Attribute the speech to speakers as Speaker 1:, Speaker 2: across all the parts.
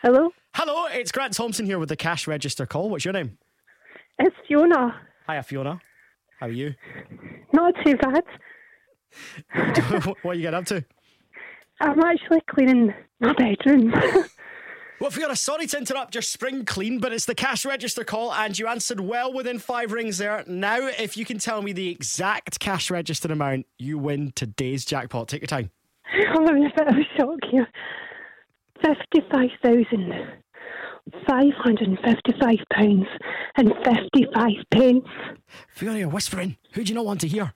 Speaker 1: Hello,
Speaker 2: Hello, it's Grant Thompson here with the cash register call. What's your name?
Speaker 1: it's Fiona.
Speaker 2: Hiya, Fiona. How are you?
Speaker 1: Not too bad.
Speaker 2: what are you getting up to?
Speaker 1: I'm actually cleaning my bedroom.
Speaker 2: Well, Fiona, sorry to interrupt your spring clean, but it's the cash register call, and you answered well within five rings there. Now, if you can tell me the exact cash register amount, you win today's jackpot. Take your time.
Speaker 1: I'm in a bit of shock here. Fifty-five thousand five hundred and fifty-five pounds and fifty-five pence.
Speaker 2: Fiona, you're whispering. Who do you not want to hear?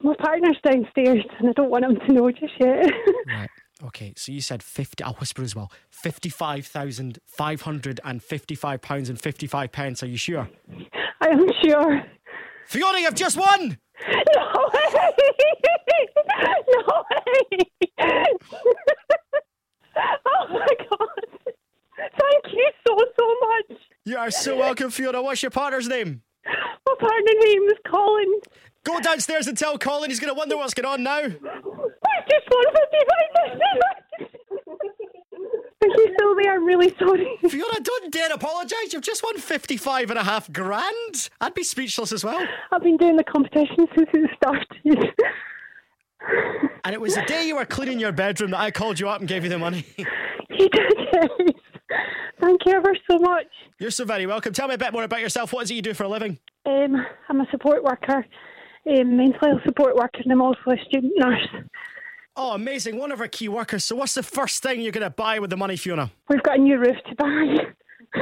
Speaker 1: My partner's downstairs, and I don't want him to know just yet.
Speaker 2: Right. Okay, so you said 50, I'll whisper as well, £55,555 and 55 pence. Are you sure?
Speaker 1: I am sure.
Speaker 2: Fiona, you've just won!
Speaker 1: No way! No way! oh my god! Thank you so so much.
Speaker 2: You are so welcome, Fiona. What's your partner's name?
Speaker 1: Oh, My partner name is Colin.
Speaker 2: Go downstairs and tell Colin he's going to wonder what's going on now.
Speaker 1: I just won fifty five thousand. Are you still there? I'm really sorry.
Speaker 2: Fiona, don't dare apologise. You've just won 55 and a half grand. I'd be speechless as well.
Speaker 1: I've been doing the competition since it started.
Speaker 2: And it was the day you were cleaning your bedroom that I called you up and gave you the money.
Speaker 1: you did it. Thank you ever so much.
Speaker 2: You're so very welcome. Tell me a bit more about yourself. What is it you do for a living?
Speaker 1: Um, I'm a support worker, um, mental health support worker, and I'm also a student nurse.
Speaker 2: Oh, amazing. One of our key workers. So, what's the first thing you're going to buy with the money, Fiona?
Speaker 1: We've got a new roof to buy.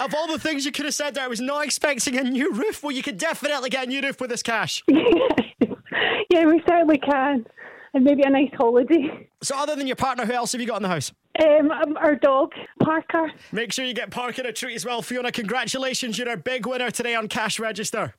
Speaker 2: Of all the things you could have said there, I was not expecting a new roof. Well, you could definitely get a new roof with this cash.
Speaker 1: yeah, we certainly can. And maybe a nice holiday.
Speaker 2: So, other than your partner, who else have you got in the house?
Speaker 1: Um, um, our dog, Parker.
Speaker 2: Make sure you get Parker a treat as well, Fiona. Congratulations, you're our big winner today on Cash Register.